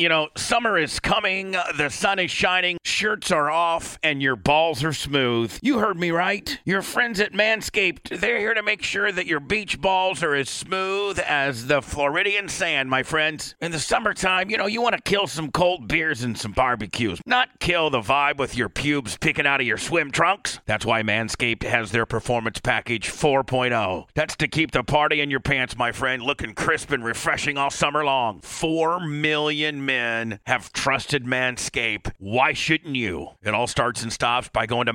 You know, summer is coming, the sun is shining, shirts are off, and your balls are smooth. You heard me right. Your friends at Manscaped, they're here to make sure that your beach balls are as smooth as the Floridian sand, my friends. In the summertime, you know, you want to kill some cold beers and some barbecues, not kill the vibe with your pubes picking out of your swim trunks. That's why Manscaped has their Performance Package 4.0. That's to keep the party in your pants, my friend, looking crisp and refreshing all summer long. 4 million men have trusted Manscaped. Why shouldn't you? It all starts and stops by going to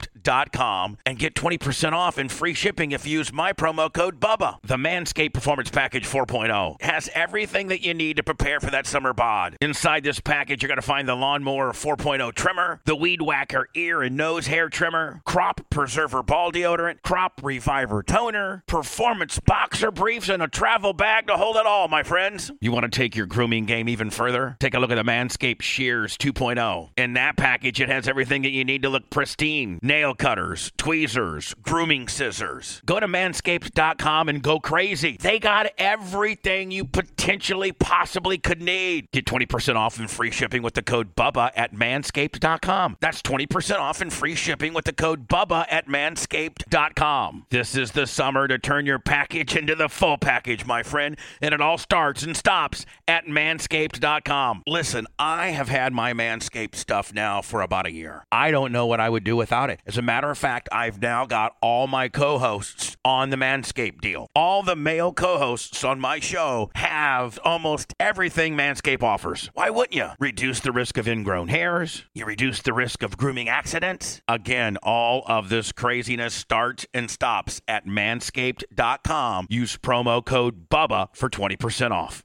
manscaped.com and get 20% off and free shipping if you use my promo code BUBBA. The Manscaped Performance Package 4.0 has everything that you need to prepare for that summer bod. Inside this package, you're going to find the Lawnmower 4.0 trimmer, the Weed Whacker ear and nose hair trimmer, Crop Preserver ball deodorant, Crop Reviver toner, Performance boxer briefs, and a travel bag to hold it all, my friends. You want to take your grooming game even further? Take a look at the Manscaped Shears 2.0. In that package, it has everything that you need to look pristine nail cutters, tweezers, grooming scissors. Go to manscaped.com and go crazy. They got everything you potentially possibly could need. Get 20% off and free shipping with the code BUBBA at manscaped.com. That's 20% off and free shipping with the code BUBBA at manscaped.com. This is the summer to turn your package into the full package, my friend, and it all starts and stops at manscaped.com. Listen, I have had my Manscaped stuff now for about a year. I don't know what I would do without it. As a matter of fact, I've now got all my co hosts on the Manscaped deal. All the male co hosts on my show have almost everything Manscaped offers. Why wouldn't you? Reduce the risk of ingrown hairs, you reduce the risk of grooming accidents. Again, all of this craziness starts and stops at manscaped.com. Use promo code BUBBA for 20% off.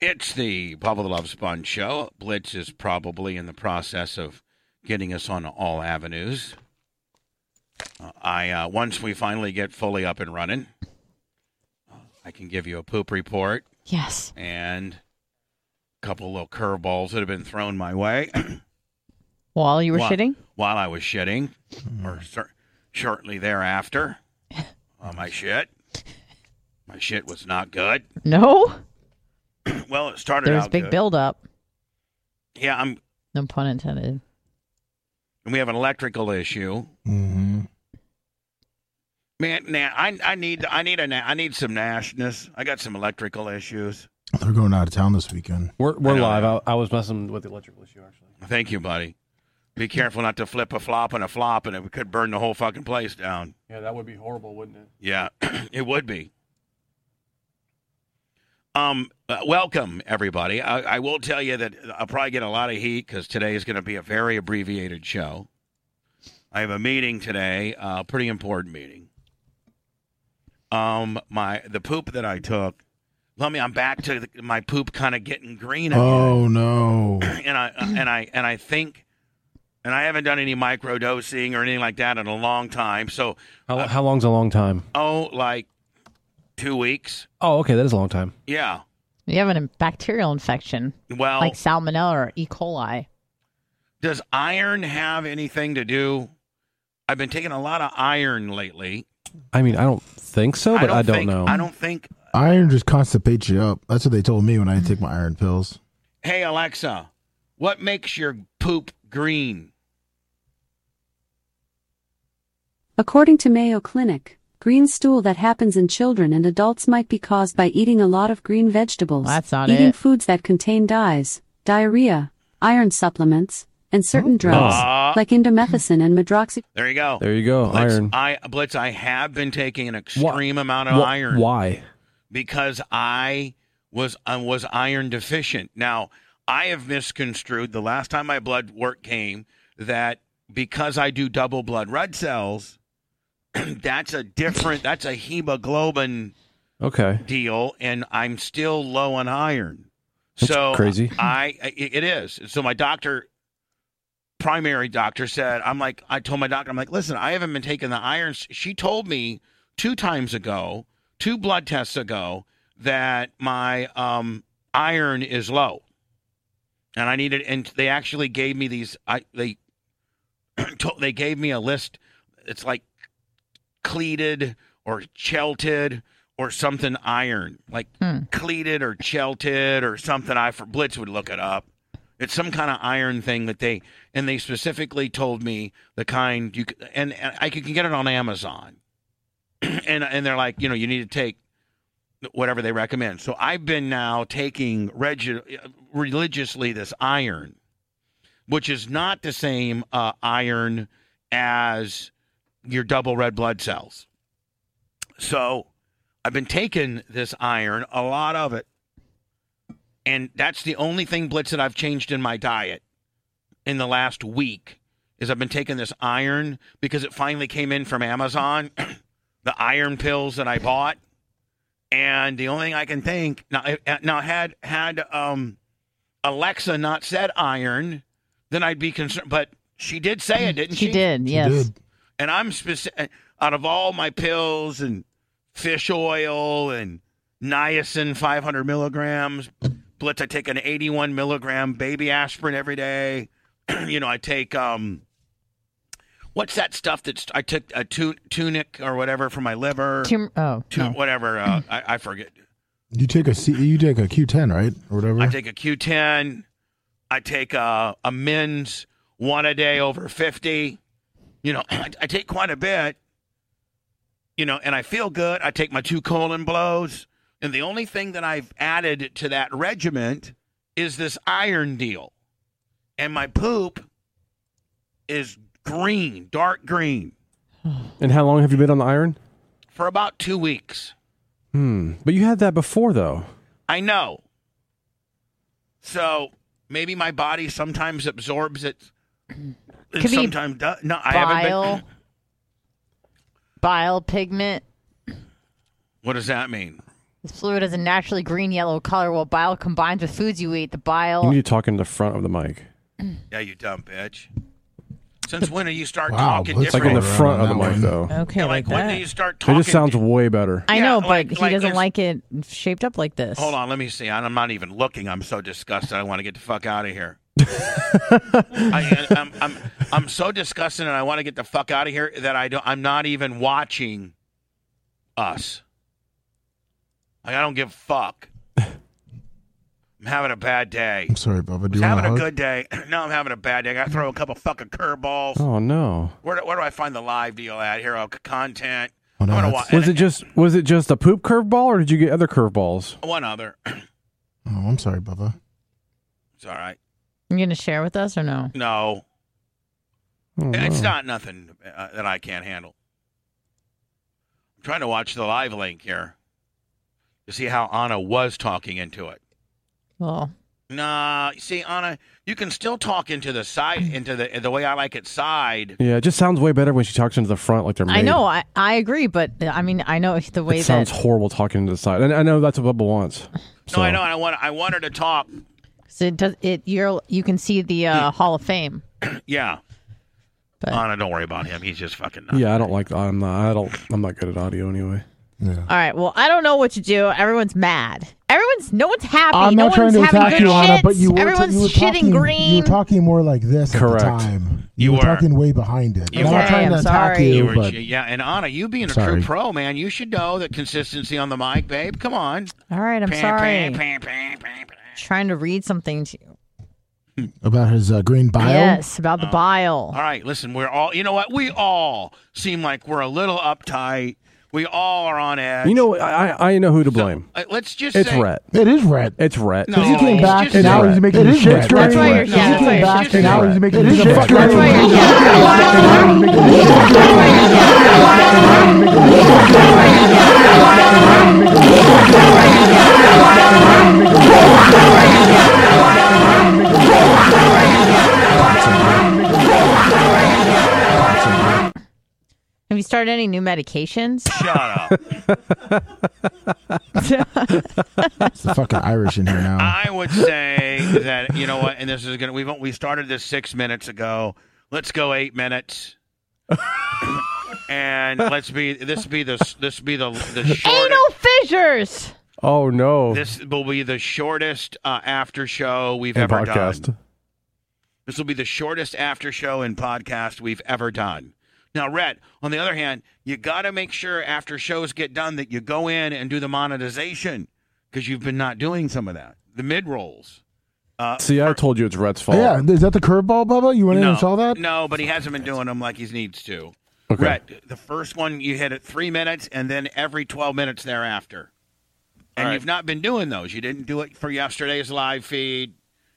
It's the Pablo the Love Sponge Show. Blitz is probably in the process of getting us on all avenues. Uh, I uh, once we finally get fully up and running, uh, I can give you a poop report Yes. and a couple little curveballs that have been thrown my way While you were Wha- shitting? while I was shitting, or cer- shortly thereafter. Uh, my shit, my shit was not good. No? well, it started There was out big good. buildup. Yeah, I'm No pun intended. and we have an electrical issue. Mm-hmm. Man, nah, I I need I need a na- I need some nashness. I got some electrical issues. They're going out of town this weekend. We're, we're I know, live. yeah. I, I was messing with the electrical issue actually. Thank you, buddy. Be careful not to flip a flop and a flop, and it could burn the whole fucking place down. Yeah, that would be horrible, wouldn't it? Yeah, it would be. Um, uh, welcome everybody. I, I will tell you that I'll probably get a lot of heat because today is going to be a very abbreviated show. I have a meeting today, a pretty important meeting. Um, my the poop that I took. Let me. I'm back to the, my poop, kind of getting green again Oh no! and I uh, and I and I think, and I haven't done any micro dosing or anything like that in a long time. So, How, how long's a long time? oh, like two weeks. Oh, okay, that is a long time. Yeah. You have a bacterial infection Well, like salmonella or E. coli. does iron have anything to do? I've been taking a lot of iron lately. I mean, I don't think so, but I don't, think, know. I don't think. Iron just constipates you up. That's what they told me when I take my iron pills. Hey Alexa, what makes your poop green? According to Mayo Clinic, green stool that happens in children and adults might be caused by eating a lot of green vegetables, That's not eating it. foods that contain dyes, diarrhea, iron supplements, and certain drugs, Ah. like indomethacin and medroxy. There you go. There you go. Blitz, Iron. I Blitz, I have been taking an extreme amount of Wh- iron Why? because I was I was iron deficient. Now I have misconstrued the last time my blood work came that because I do double blood red cells, that's a different that's a hemoglobin Okay. deal, and I'm still low on iron. so crazy. I I- it is. So my doctor, primary doctor, said I'm like I told my doctor I'm like listen I haven't been taking the iron. She told me two times ago, two blood tests ago that my um iron is low, and I needed and they actually gave me these I they to- they gave me a list. It's like cleated or chelted or something iron like Hmm. cleated or chelted or something. I for Blitz would look it up. It's some kind of iron thing that they and they specifically told me the kind you c- and, and I can can get it on Amazon. and and they're like, you know, you need to take whatever they recommend. So I've been now taking regi- religiously this iron, which is not the same uh, iron as your double red blood cells. So I've been taking this iron, a lot of it. And that's the only thing, Blitz, that I've changed in my diet in the last week is I've been taking this iron because it finally came in from Amazon, the iron pills that I bought. And the only thing I can think now, eh, now had had um, Alexa not said iron, then I'd be concerned. But she did say it, didn't she? She did, She yes. did. and I'm specific out of all my pills and fish oil and niacin 500 milligrams blitz i take an 81 milligram baby aspirin every day you know i take um what's that stuff that's i took a tu- tunic or whatever for my liver Tum- oh, Tu- no. whatever uh, I, I forget You take a C, you take a Q10, right, or whatever. I take a Q10. I take a, a men's one a day over 50. You know, I, I take quite a bit, you know, and I feel good. I take my two colon blows. And the only thing that I've added to that regiment is this iron deal. And my poop is green, dark green, And how long have you been on the iron? for about two weeks. Hmm. But you had that before, though. I know. So maybe my body sometimes absorbs it. and Could be sometimes do- no, I haven't Bile. been. Bile pigment. What does that mean? This fluid has a naturally green yellow color while bile combines with foods you eat. The bile. You need to talk into the front of the mic. Yeah, you dumb bitch. Since when do you start Wow, talking looks It's like different? in the Right. front of the Right. mic, though. okay, Yeah, like, like when do that. you start It talking? just sounds way better. I Yeah, know, like- but he like doesn't if- like it shaped up like this. Hold on, let me see. I'm not even looking. I'm so disgusted. I want to get the fuck out of here. I, I'm, I'm, I'm so disgusted, and I want to get the fuck out of here that I don't. I'm not even watching us. Like I don't give a fuck. I'm having a bad day. I'm sorry, Bubba. Do Was you having want a a hug? good day. Now I'm having a bad day. I gotta throw a couple fucking curveballs. Oh no. Where, do- where do I find the live deal at? Here, oh, content. Oh, no, I'm gonna that's- wa- Was it just was it just a poop curveball, or did you get other curveballs? One other. Oh, I'm sorry, Bubba. It's all right. You gonna share with us or no? No. Oh, It's no. not nothing uh, that I can't handle. I'm trying to watch the live link here to see how Anna was talking into it. Well, Nah, you see, Anna, you can still talk into the side, into the the way I like it side. Yeah, it just sounds way better when she talks into the front like they're. Made. I know, I, I agree, but I mean, I know the way It sounds that horrible talking into the side, and I know that's what Bubba wants. So. No, Oh, I know. and I want I want her to talk. 'cause it does. It you're you can see the uh, Hall of Fame. Yeah, But- Anna, don't worry about him. He's just fucking. Nuts. Yeah, I don't like. I'm not. I don't. I'm not good at audio anyway. Yeah. All right. Well, I don't know what to do. Everyone's mad. Everyone's no one's happy. I'm no not trying one's to having attack good you, shits. Anna, but you were, Everyone's you were shitting talking, green. You were talking more like this at Correct. the time. You were were. talking way behind it. You and I'm were. not trying Okay, to I'm attack sorry. You you, were, but yeah, and Anna, you being a Sorry. true pro, man, you should know that consistency on the mic, babe. Come on. All right. I'm Pam, sorry. pam, pam, pam, pam, pam. Trying to read something to you. about his uh, green bile. Yes, about Oh. the bile. All right, listen, we're all, you know what? We all seem like we're a little uptight. We all are on edge. You know, I I know who to blame. Uh, let's just it's say Rhett. It is red. It's Rhett. No. Because he Oh, came it's back just and now red. he's making It his is shit red. straight. That's why you're- yeah, He that's why came you're back shifting. and now he's making his shit straight. That's why you're Have you started any new medications? Shut up. It's the fucking Irish in here now. I would say that you know what, and this is gonna we we started this six minutes ago. Let's go eight minutes, and let's be this be the this be the the shortest. Anal fissures. Oh no. This will be the shortest uh, after show we've And ever podcast. done. This will be the shortest after show and podcast we've ever done. Now, Rhett, on the other hand, you got to make sure after shows get done that you go in and do the monetization because you've been not doing some of that. The mid rolls. Uh, See, I told you it's Rhett's fault. Oh, Yeah, is that the curveball, Bubba? You went in and saw that? No, but he hasn't been doing them like he needs to. Okay. Rhett, the first one you hit at three minutes and then every 12 minutes thereafter. And you've not been doing those. You didn't do it for yesterday's live feed.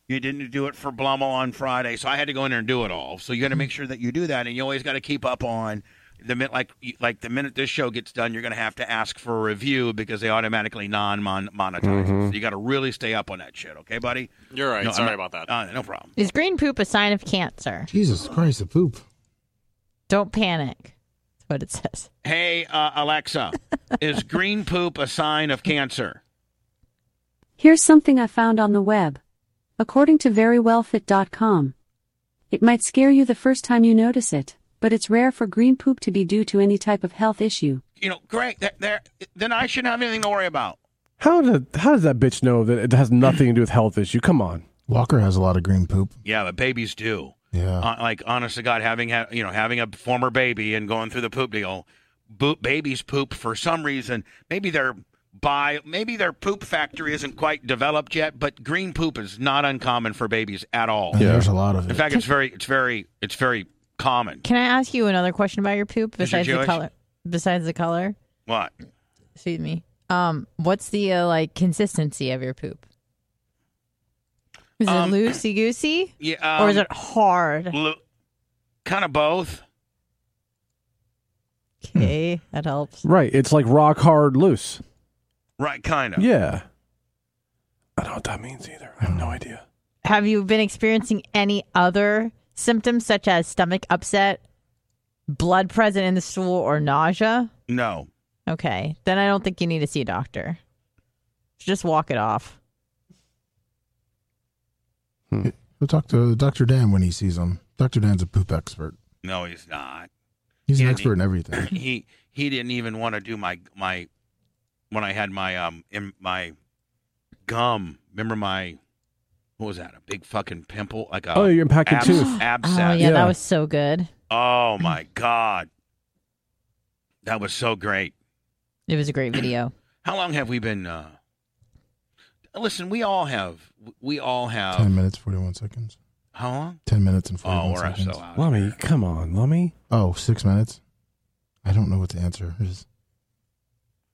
You didn't do it for Blummel on Friday. So I had to go in there and do it all. So you got to make sure that you do that. And you always got to keep up on the minute, like, like the minute this show gets done, you're going to have to ask for a review because they automatically non monetize Mm-hmm. it. So you got to really stay up on that shit. Okay, buddy? You're right. No, I'm Sorry not- about that. Uh, no problem. Is green poop a sign of cancer? Jesus Christ, the poop. Don't panic. That's what it says. Hey, uh, Alexa, is green poop a sign of cancer? Here's something I found on the web. According to verywellfit.com, it might scare you the first time you notice it, but it's rare for green poop to be due to any type of health issue. You know, great. Th- there, then I shouldn't have anything to worry about. How did how does that bitch know that it has nothing to do with health issue? Come on. Walker has a lot of green poop. Yeah, but babies do. Yeah. Uh, like, honest to God, having ha- you know having a former baby and going through the poop deal, bo- babies poop for some reason. Maybe their by maybe their poop factory isn't quite developed yet, but green poop is not uncommon for babies at all. And There's a lot of In it. fact, it's very, it's very, it's very common. Can I ask you another question about your poop Is it besides the Jewish? color? Besides the color, What? excuse me. Um, what's the uh, like consistency of your poop? Is Um, it loosey goosey Yeah. or is um, it hard? lo- kind of both? Okay, that helps. Right. It's like rock hard loose. Right, kind of. Yeah. I don't know what that means either. I have no idea. Have you been experiencing any other symptoms such as stomach upset, blood present in the stool, or nausea? No. Okay, then I don't think you need to see a doctor. Just walk it off. We'll talk to Dr. Dan when he sees him. Dr. Dan's a poop expert. No, he's not. He's an Yeah, expert in everything. He he didn't even want to do my my when I had my um in my gum. Remember my what was that? A big fucking pimple like a oh, you're impacted abs- tooth. abscess. Oh yeah, Yeah. that was so good. Oh my god. That was so great. It was a great video. How long have we been uh Listen, we all have we all have 10 minutes, 41 seconds. how long? 10 minutes and Oh, 41 we're seconds. so out. Lummy, come on, Lummy. Oh, six minutes? I don't know what the answer is.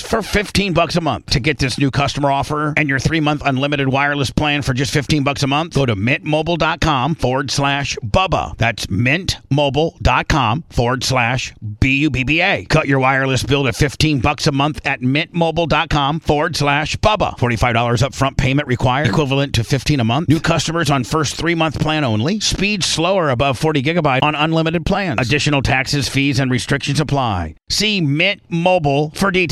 for 15 bucks a month. a month. To get this new customer offer and your three month unlimited wireless plan for just 15 bucks a month, go to mintmobile.com forward slash Bubba. That's mintmobile.com forward slash B U B B A. Cut your wireless bill to 15 bucks a month at mintmobile.com forward slash Bubba. $45 upfront payment required, equivalent to 15 a month. New customers on first three month plan only. Speed slower above 40 gigabyte on unlimited plans. Additional taxes, fees, and restrictions apply. See Mint Mobile for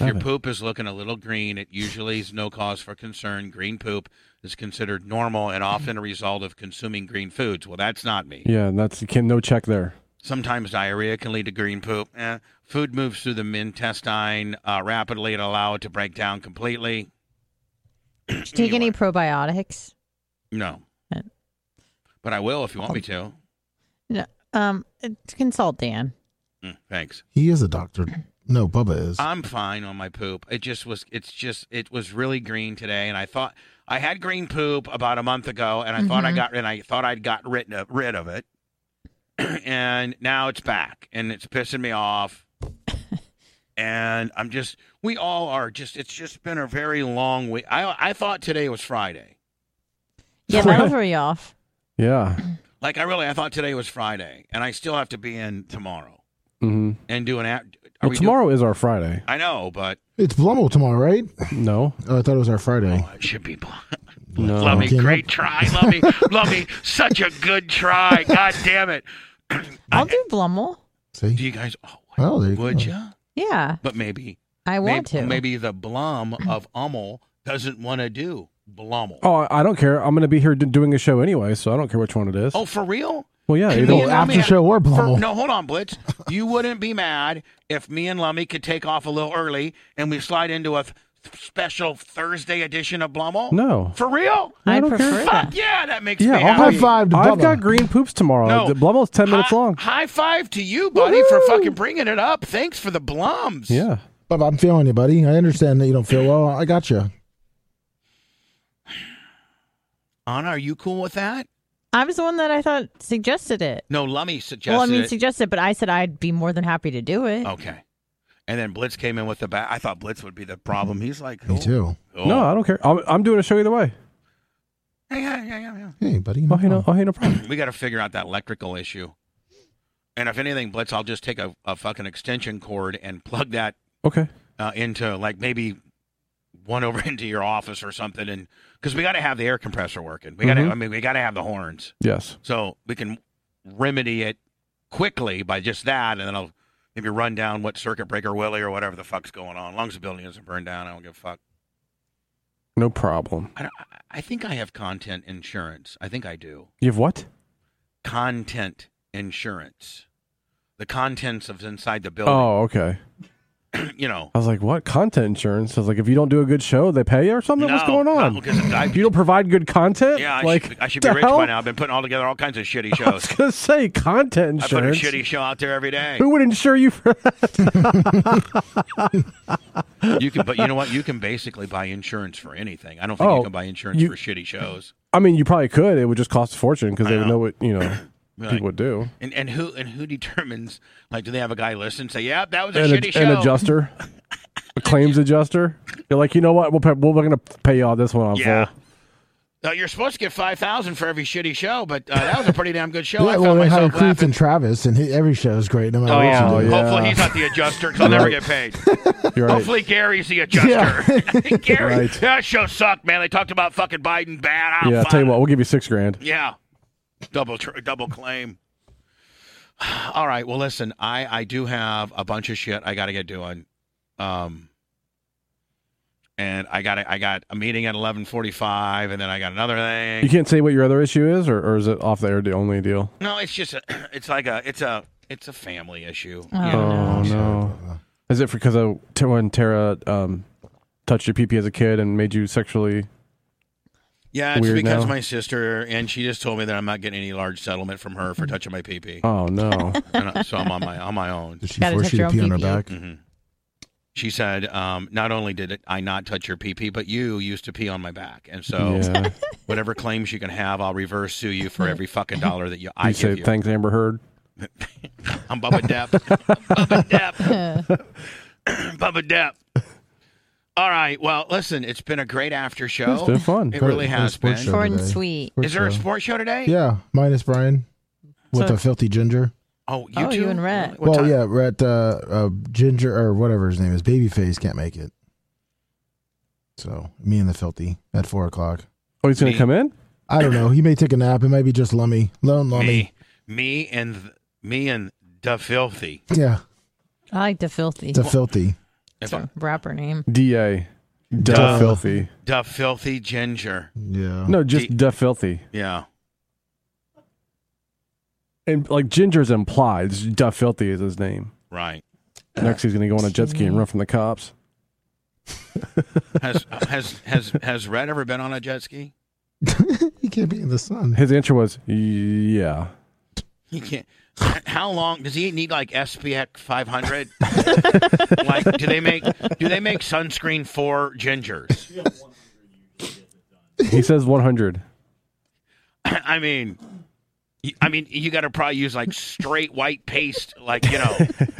Love Your it. poop is looking a little green. It usually is no cause for concern. Green poop is considered normal and often a result of consuming green foods. Well, that's not me. Yeah, and that's you can no check there. Sometimes diarrhea can lead to green poop. Eh. Food moves through the intestine uh, rapidly and allow it to break down completely. Did you take any probiotics? No. Uh. But I will if you want me to. No. Um, consult Dan. Mm, thanks. He is a doctor. No, Bubba Uh, is. I'm fine on my poop. It just was. It's just. It was really green today, and I thought I had green poop about a month ago, and I thought I Mm-hmm. Mhm. got and I thought I'd got rid of rid of it, and now it's back, and it's pissing me off. and I'm just. We all are just. It's just been a very long week. I I thought today was Friday. Yeah, that'll throw you off. Yeah. Mm. Like I really, I thought today was Friday, and I still have to be in tomorrow Mm-hmm. and do an. app. Well, tomorrow is our Friday. I know, but it's Blumel tomorrow, right? No. Oh, I thought it was our Friday. oh, it should be. No. Oh, Lummy, Came great up- try, Lummy. Lummy, such a good try. God damn it. I'll do Blummel. See? Do you guys? Oh, Oh, there you would go. you? Yeah, But maybe, I maybe, want to. maybe the Blum of Ummel doesn't want to do Blummel. Oh, I- I don't care. I'm going to be here d- doing a show anyway, so I don't care which one it is. Oh, for real? well, yeah. Can either me way. and after Lummi- show or for- Blumel. no, hold on, Blitz. You wouldn't be mad if me and Lummy could take off a little early and we slide into a th- special Thursday edition of Blummel. No. for real? I I don't care. prefer Fuck that. yeah, that makes Yeah, me I'll happy. High five to I've Bubba. got green poops tomorrow. The Blumel's 10 minutes Hi- long. High five to you, buddy, for fucking bringing it up. Thanks for the blums. Yeah. Bubba, I'm feeling you, buddy. I understand that you don't feel well. I got you. Anna, are you cool with that? I was the one that I thought suggested it. No, Lummy suggested well, I mean, it. suggested, but I said I'd be more than happy to do Oh, it. okay. And then Blitz came in with the bat. I thought Blitz would be the problem. He's like, Me cool. too. Cool. No, I don't care. I'm, I'm doing a show either way. Yeah, yeah, yeah, yeah, Hey, buddy. Oh, hey, no, oh, hey, no problem. yeah. We got to figure out that electrical issue. And if anything, Blitz, I'll just take a, a fucking extension cord and plug that Okay. uh, into like maybe one over into your office or something. And because we got to have the air compressor working. We got to. Mm-hmm. Mhm. I mean, we got to have the horns. Yes. So we can remedy it quickly by just that, and then I'll maybe run down what circuit breaker Willie or whatever the fuck's going on. As long as the building isn't burned down, I don't give a fuck. No problem. I, don't- I- I think I have content insurance. I think I do. You have what? Content insurance. The contents of inside the building. Oh, okay. you know. I was like, what? Content insurance? I was like, if you don't do a good show, they pay you or something? What's No, going on? no, 'cause I- If you don't provide good content? Yeah, I like, should, be- I should be the rich hell? by now. I've been putting all together all kinds of shitty I was shows. going to say content I put a insurance. shitty show out there every day. Who would insure you for that? You can, but you know what? You can basically buy insurance for anything. I don't think you Oh, can buy insurance you- for shitty shows. I mean, you probably could. It would just cost a fortune because they I would know. know what, you know, Like, people would do. And and who and who determines? Like, do they have a guy listen? Say, yeah, that was a An, shitty ad- show. an adjuster, a claims adjuster. You're like, you know what? We'll pay, we're going to pay you all this one on Yeah. full. Uh, you're supposed to get five thousand for every shitty show, but uh, that was a pretty damn good show. I yeah, found well, they hired myself Creeth laughing. and Travis, and he, every show is great, no matter Oh what yeah. you do. yeah. Hopefully he's not the adjuster because I'll never get paid. You're right. Hopefully Gary's the adjuster. Gary, Right. that show sucked, man. They talked about fucking Biden bad. Ah, yeah, I'll fuck. tell you what, we'll give you six grand. Yeah. Double tr- double claim. All right. Well, listen, I I do have a bunch of shit I got to get doing. Um and I got I got a meeting at 11:45 and then I got another You thing. can't say what your other issue is, or, or is it off the air the only deal? No, it's just a, it's like a it's a it's a family issue. Oh, Yeah. Oh no! Is it because of t- when Tara um, touched your PP as a kid and made you sexually? Yeah, it's Weird because now. my sister and she just told me that I'm not getting any large settlement from her for touching my pee pee. Oh no! so I'm on my on my own. Did she Gotta force touch you to your pee own on her pee-pee. back? hmm She said, um, "Not only did I not touch your pee pee, but you used to pee on my back, and so yeah. whatever claims you can have, I'll reverse sue you for every fucking dollar that you You I say give you." thanks, Amber Heard. I'm Bubba Depp. I'm Bubba Oh. Depp. Uh, Bubba Depp. All right. Well, listen, it's been a great after show. It's been fun. It Great- really great has been. sports show Short and today. sweet. Sports Is there a show. sports show today? Yeah, minus Brian with So- the filthy ginger. Oh, you Oh, two you and Rhett. Really? What Well, time? yeah, we're at uh, uh, Ginger or whatever his name is. Babyface can't make it, so me and the filthy at four o'clock. Oh, he's gonna Me. come in. I don't know. He may take a nap. It might be just Lummy, lone Lummy. Me, me, and th- me and the filthy. Yeah, I like the filthy. the filthy. If I- rapper name. Da, da Duh. filthy. the filthy ginger. Yeah. No, just D- da filthy. Yeah. And like Ginger's implied, it's da filthy is his name. Right. Next, he's gonna go on a jet ski and run from the cops. Has has has has Red ever been on a jet ski? he can't be in the sun. His answer was, "Yeah." He can't. How long does he need like SPF 500? like, do they make do they make sunscreen for gingers? He says 100. I mean, y- I mean, you got to probably use like straight white paste, like you know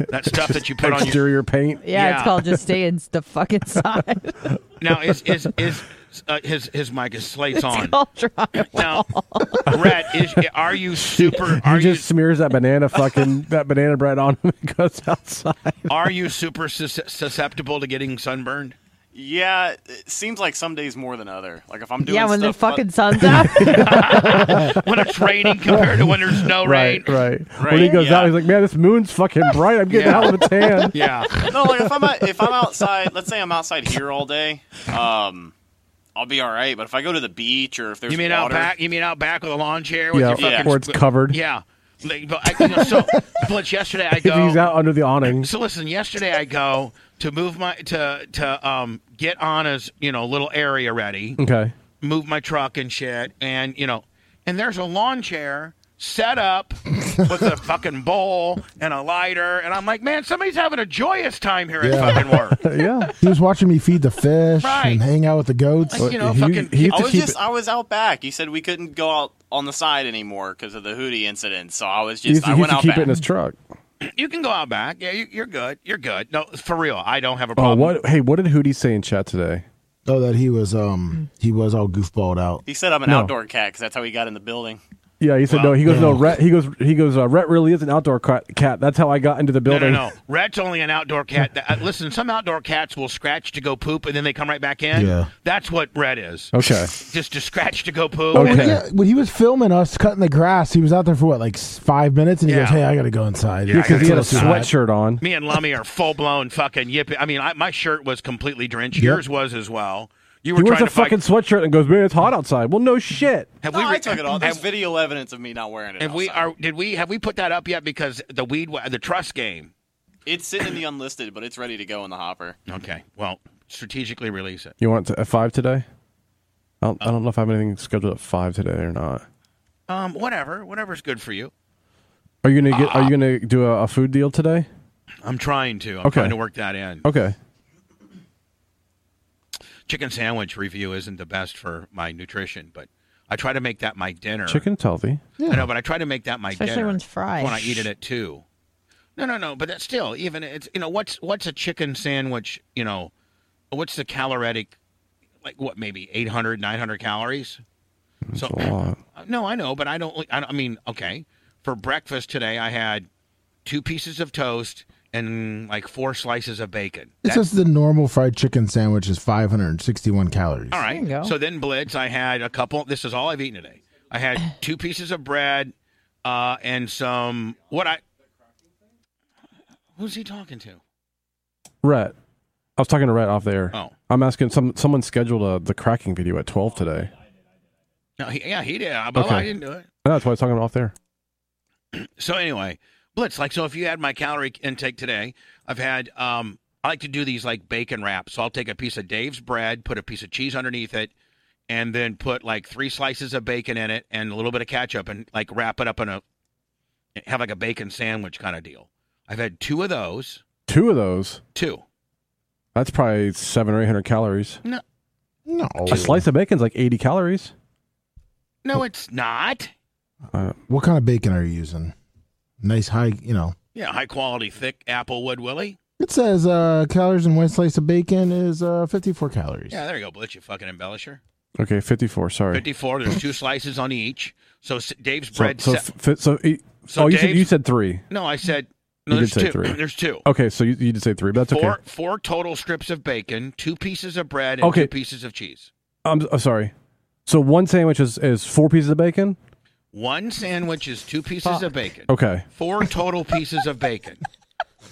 that stuff that you put on your. exterior paint. Yeah, Yeah. it's called Just Stay in the Fucking Side. Now is is is uh, his his mic is slates on. it's called Drive. Now, Red, is are you super? Are He you just smears that banana fucking that banana bread on him and goes outside. are you super sus- susceptible to getting sunburned? Yeah, it seems like some days more than other. Like if I'm doing Yeah, when the stuff, but- fucking uh, sun's out. when it's raining compared to when there's no rain. right. When he goes yeah. out, he's like, "Man, this moon's fucking bright. I'm getting Yeah. out of a tan." Yeah. no, like if I'm out, if I'm outside, let's say I'm outside here all day, um, I'll be all right. But if I go to the beach or if there's You mean out water, back? You mean out back with a lawn chair with Yeah, your fucking or it's covered. yeah. Like, but I, you know, so, but yesterday I If go. he's out under the awning, So listen, yesterday I go to move my to to um get Anna's you know little area ready, okay. move my truck and shit, and you know, and there's a lawn chair set up with a fucking bowl and a lighter, and I'm like, man, somebody's having a joyous time here Yeah. at fucking work. Yeah, He was watching me feed the fish Right. and hang out with the goats. Like, you know, He- fucking he- I to was keep just it- I was out back. You said we couldn't go out on the side anymore because of the hoodie incident. So I was he used just to, I he used went to out keep back. it in his truck. You can go out back. Yeah, you, you're good. You're good. No, for real, I don't have a Oh, problem. what? Hey, what did Hootie say in chat today? Oh, that he was um Hmm. he was all goofballed out. he said I'm an No. outdoor cat because that's how he got in the building. Yeah, he said no. He goes no. Rhett, he goes. He goes. Uh, Rhett really is an outdoor cat. cat. That's how I got into the No, no, building. no. Rat's only an outdoor cat. That- uh, Listen, some outdoor cats will scratch to go poop and then they come right back in. Yeah. That's what rat is. Okay. Just to scratch to go poop. Okay. And- Yeah, when he was filming us cutting the grass, he was out there for what like s- five minutes, and he Yeah. goes, "Hey, I gotta go inside." Yeah, I Because he had a It's too hot. sweatshirt on. Me and Lummy are full blown fucking yipping. I mean, I, my shirt was completely drenched. Yours was as well. You were He wears trying a to fight. fucking sweatshirt and goes, "Man, it's hot outside." Well, no shit. have No, we I re- took it all. There's have- video evidence of me not wearing it. have we outside. are did we have we put that up yet? Because the weed wa- the trust game. It's sitting in the unlisted, but it's ready to go in the hopper. Okay. Well, strategically release it. You want it to- at five today? I don't, I don't know if I have anything scheduled at five today or not. Um, whatever. Whatever's good for you. Are you gonna get? Are you gonna do a, a food deal today? I'm trying to. I'm Okay. trying to work that in. Okay. chicken sandwich review isn't the best for my nutrition, but I try to make that my dinner. Chicken's healthy. I know, but I try to make that my Especially dinner. when it's fried. When I eat it at two. No, no, no. But that's still even. It's you know what's what's a chicken sandwich? You know, what's the caloric? Like what? Maybe 800, 900 calories. so uh, a lot. no, I know, but I don't. I, don't, I mean, okay. For breakfast today, I had two pieces of toast and like four slices of bacon. It says the normal fried chicken sandwich is 561 calories. All right. So then Blitz, I had a couple. This is all I've eaten today. I had two pieces of bread uh, and some what I. Who's he talking to? Rhett. I was talking to Rhett off there. Oh. I'm asking some someone scheduled uh the cracking video at 12 today. No, he, yeah, he did. But I Okay. didn't do it. No, that's why I was talking off there. So anyway, Blitz, like, so if you had my calorie intake today, I've had, um, I like to do these like bacon wraps. So I'll take a piece of Dave's bread, put a piece of cheese underneath it, and then put like three slices of bacon in it and a little bit of ketchup and like wrap it up in a, have like a bacon sandwich kind of deal. I've had two of those. Two of those. Two. That's probably seven or eight hundred calories. No, No. A slice of bacon's like eighty calories. no, it's not. Uh, What kind of bacon are you using? Nice high, you know. Yeah, high quality, thick applewood Willie. It says uh, calories in one slice of bacon is uh, 54 calories. Yeah, there you go, Blitz, you fucking embellisher. okay, fifty-four. Sorry. 54, there's two slices on each. So s- Dave's So bread. so, se- f- fi- so, eight- So oh, you said you Dave's- said three. No, I said no, You there's did say two. three. There's two. Okay, so you, you did say three, but that's Four okay. four total strips of bacon, two pieces of bread, and Okay. two pieces of cheese. I'm, s- I'm sorry. So one sandwich is, is four pieces of bacon. One sandwich is two pieces of bacon. Okay, Four total pieces of bacon.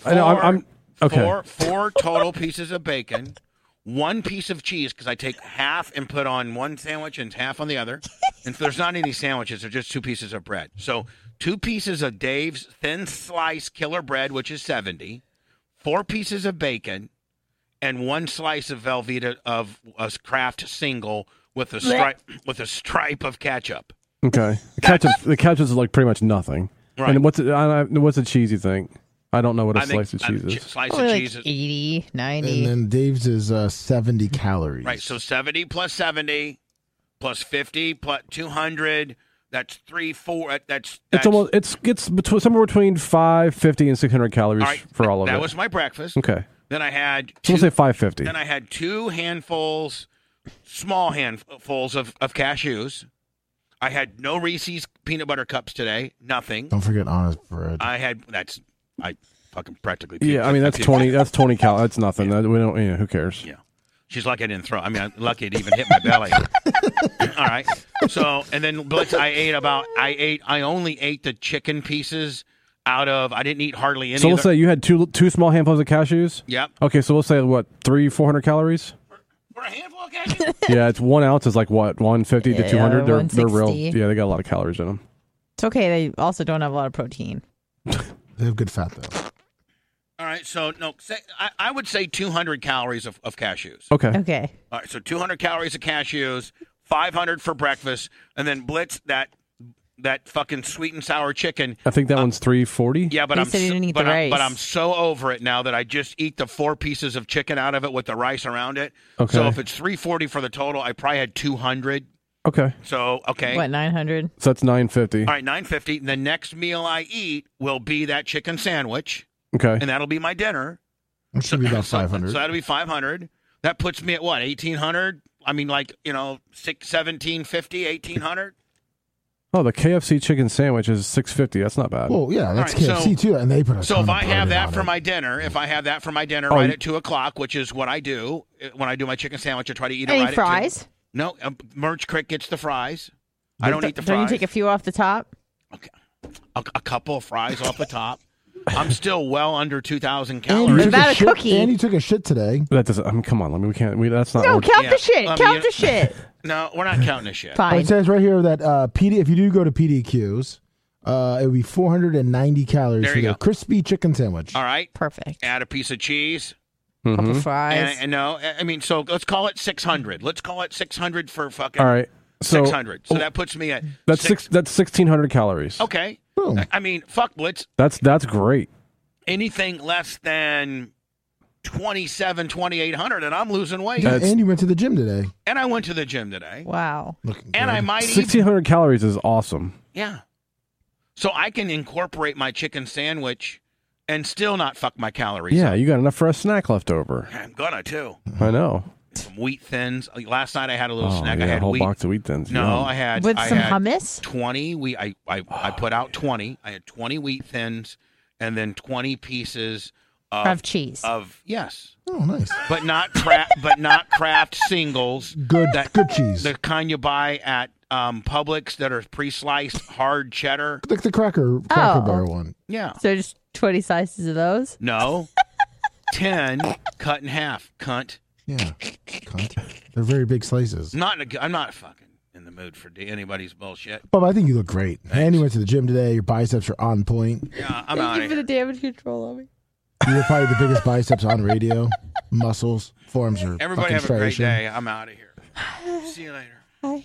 I know. I'm, Four- I'm okay. Four four total pieces of bacon. One piece of cheese because I take half and put on one sandwich and half on the other. And so there's not any sandwiches; they're just two pieces of bread. So two pieces of Dave's thin slice killer bread, which is seventy, four pieces of bacon, and one slice of Velveeta of a Kraft single with a stripe with a stripe of ketchup. Okay, the ketchup. the ketchup is like pretty much nothing. Right. And what's it, I, I- what's a cheesy thing? I don't know what a I think- slice of I- cheese ch- is. Slice Probably of Oh, like cheese. is- 80, 90. And then Dave's is uh, 70 calories. Right. So 70 plus 70 plus 50 plus 200. That's three, four. uh, That's, that's it's almost it's it's between, somewhere between five fifty and six hundred calories all right, for all of that it. Hmm. was my breakfast. okay, Then I had so two, we'll say five fifty. then I had two handfuls, small handfuls of, of cashews. I had no Reese's peanut butter cups today. Nothing. Oh. Don't forget honest bread. I had that's I fucking practically. puked. Yeah, I mean that's puked. twenty. That's twenty cal. That's nothing. That, we don't. You know, who cares? Yeah. She's lucky I didn't throw. I mean, I'm lucky it even hit my belly. All right. So, and then Blitz, I ate about, I ate, I only ate the chicken pieces out of, I didn't eat hardly any. So of let's the- say you had two two small handfuls of cashews. Yep. Okay, so let's say what three four hundred calories. For a handful of cashews? yeah, it's one ounce is like what one fifty to Yeah, two hundred. They're they're real. 160. Yeah, they got a lot of calories in them. It's okay. They also don't have a lot of protein. They have good fat, though. All right. So, no, say, I, I would say 200 calories of, of cashews. Okay. Okay. All right. So 200 calories of cashews, 500 for breakfast, and then Blitz, that, that fucking sweet and sour chicken. I think that one's three forty. Uh, Yeah, but He I'm said he so- didn't eat but, the I'm, but rice. I'm so over it now that I just eat the four pieces of chicken out of it with the rice around it. So Okay. if it's 340 for the total, I probably had 200. Okay, So okay. What, 900? so that's nine fifty. All right, 950. The next meal I eat will be that chicken sandwich, Okay. and that'll be my dinner. It should be about So- 500. So that'll be 500. That puts me at what? 1800? I mean like, you know, 6 1750, 1800. Oh, the KFC chicken sandwich is six fifty. That's not bad. well, yeah, that's All right, KFC, so- too. And they put a So ton if of I have bread that on for it. my dinner, if I have that for my dinner Oh, right you- at two o'clock, which is what I do eh, when I do my chicken sandwich, I try to eat it right Any at two. fries? No, um, Merch Crick gets the fries. I don't eat the Don't you fries. take a few off the top? a, a couple of fries off the top. I'm still well under 2,000 And you, calories. took About a a shit, cookie. and you took a shit today. that doesn't. I mean, come on. Let me. We can't. We. That's not. No, org- count yeah. the shit. I mean, count you- the shit. No, we're not counting this shit. It Fine. says right here that uh, PD, if you do go to PDQs, uh, it would be 490 calories There for you the go. crispy chicken sandwich. All right. Perfect. Add a piece of cheese. Couple Mhm. fries. And, and no, I I mean, so let's call it 600. Let's call it 600 for fucking All right. So oh, 600. So that puts me at that's six. That's sixteen hundred calories. Okay. Boom. I- I mean, fuck Blitz. That's that's great. Anything less than 27, 2800, and I'm losing weight. Dude, That's- and you went to the gym today. and I went to the gym today. wow. Looking And I good. might even Sixteen hundred calories is awesome. Yeah. So I can incorporate my chicken sandwich and still not fuck my calories. Yeah, up. you got enough for a snack left over. I'm gonna too. I know. some wheat thins. Like, Last night I had a little Oh, snack. yeah, I a had whole wheat. box of wheat thins. No, Yum. I had With I some had hummus? Twenty. We I Oh, I, I put out twenty. I had twenty wheat thins and then twenty pieces of, Of cheese. Of yes, Oh, nice. but not craft, but not craft singles. Good, good cheese. The kind you buy at um, Publix that are pre-sliced hard cheddar. like the cracker, cracker Oh. barrel one. Yeah. So just 20 slices of those? No. Ten cut in half, cunt. Yeah. Cunt. They're very big slices. Not in a, I'm not fucking in the mood for d- anybody's bullshit. Bob, I think you look great. And you went to the gym today. Your biceps are on point. Yeah, I'm Thank out you for the damage control on me. You are probably the biggest biceps on radio. Muscles, forms are Everybody fucking have a great striation. day. I'm out of here. See you later. Hi.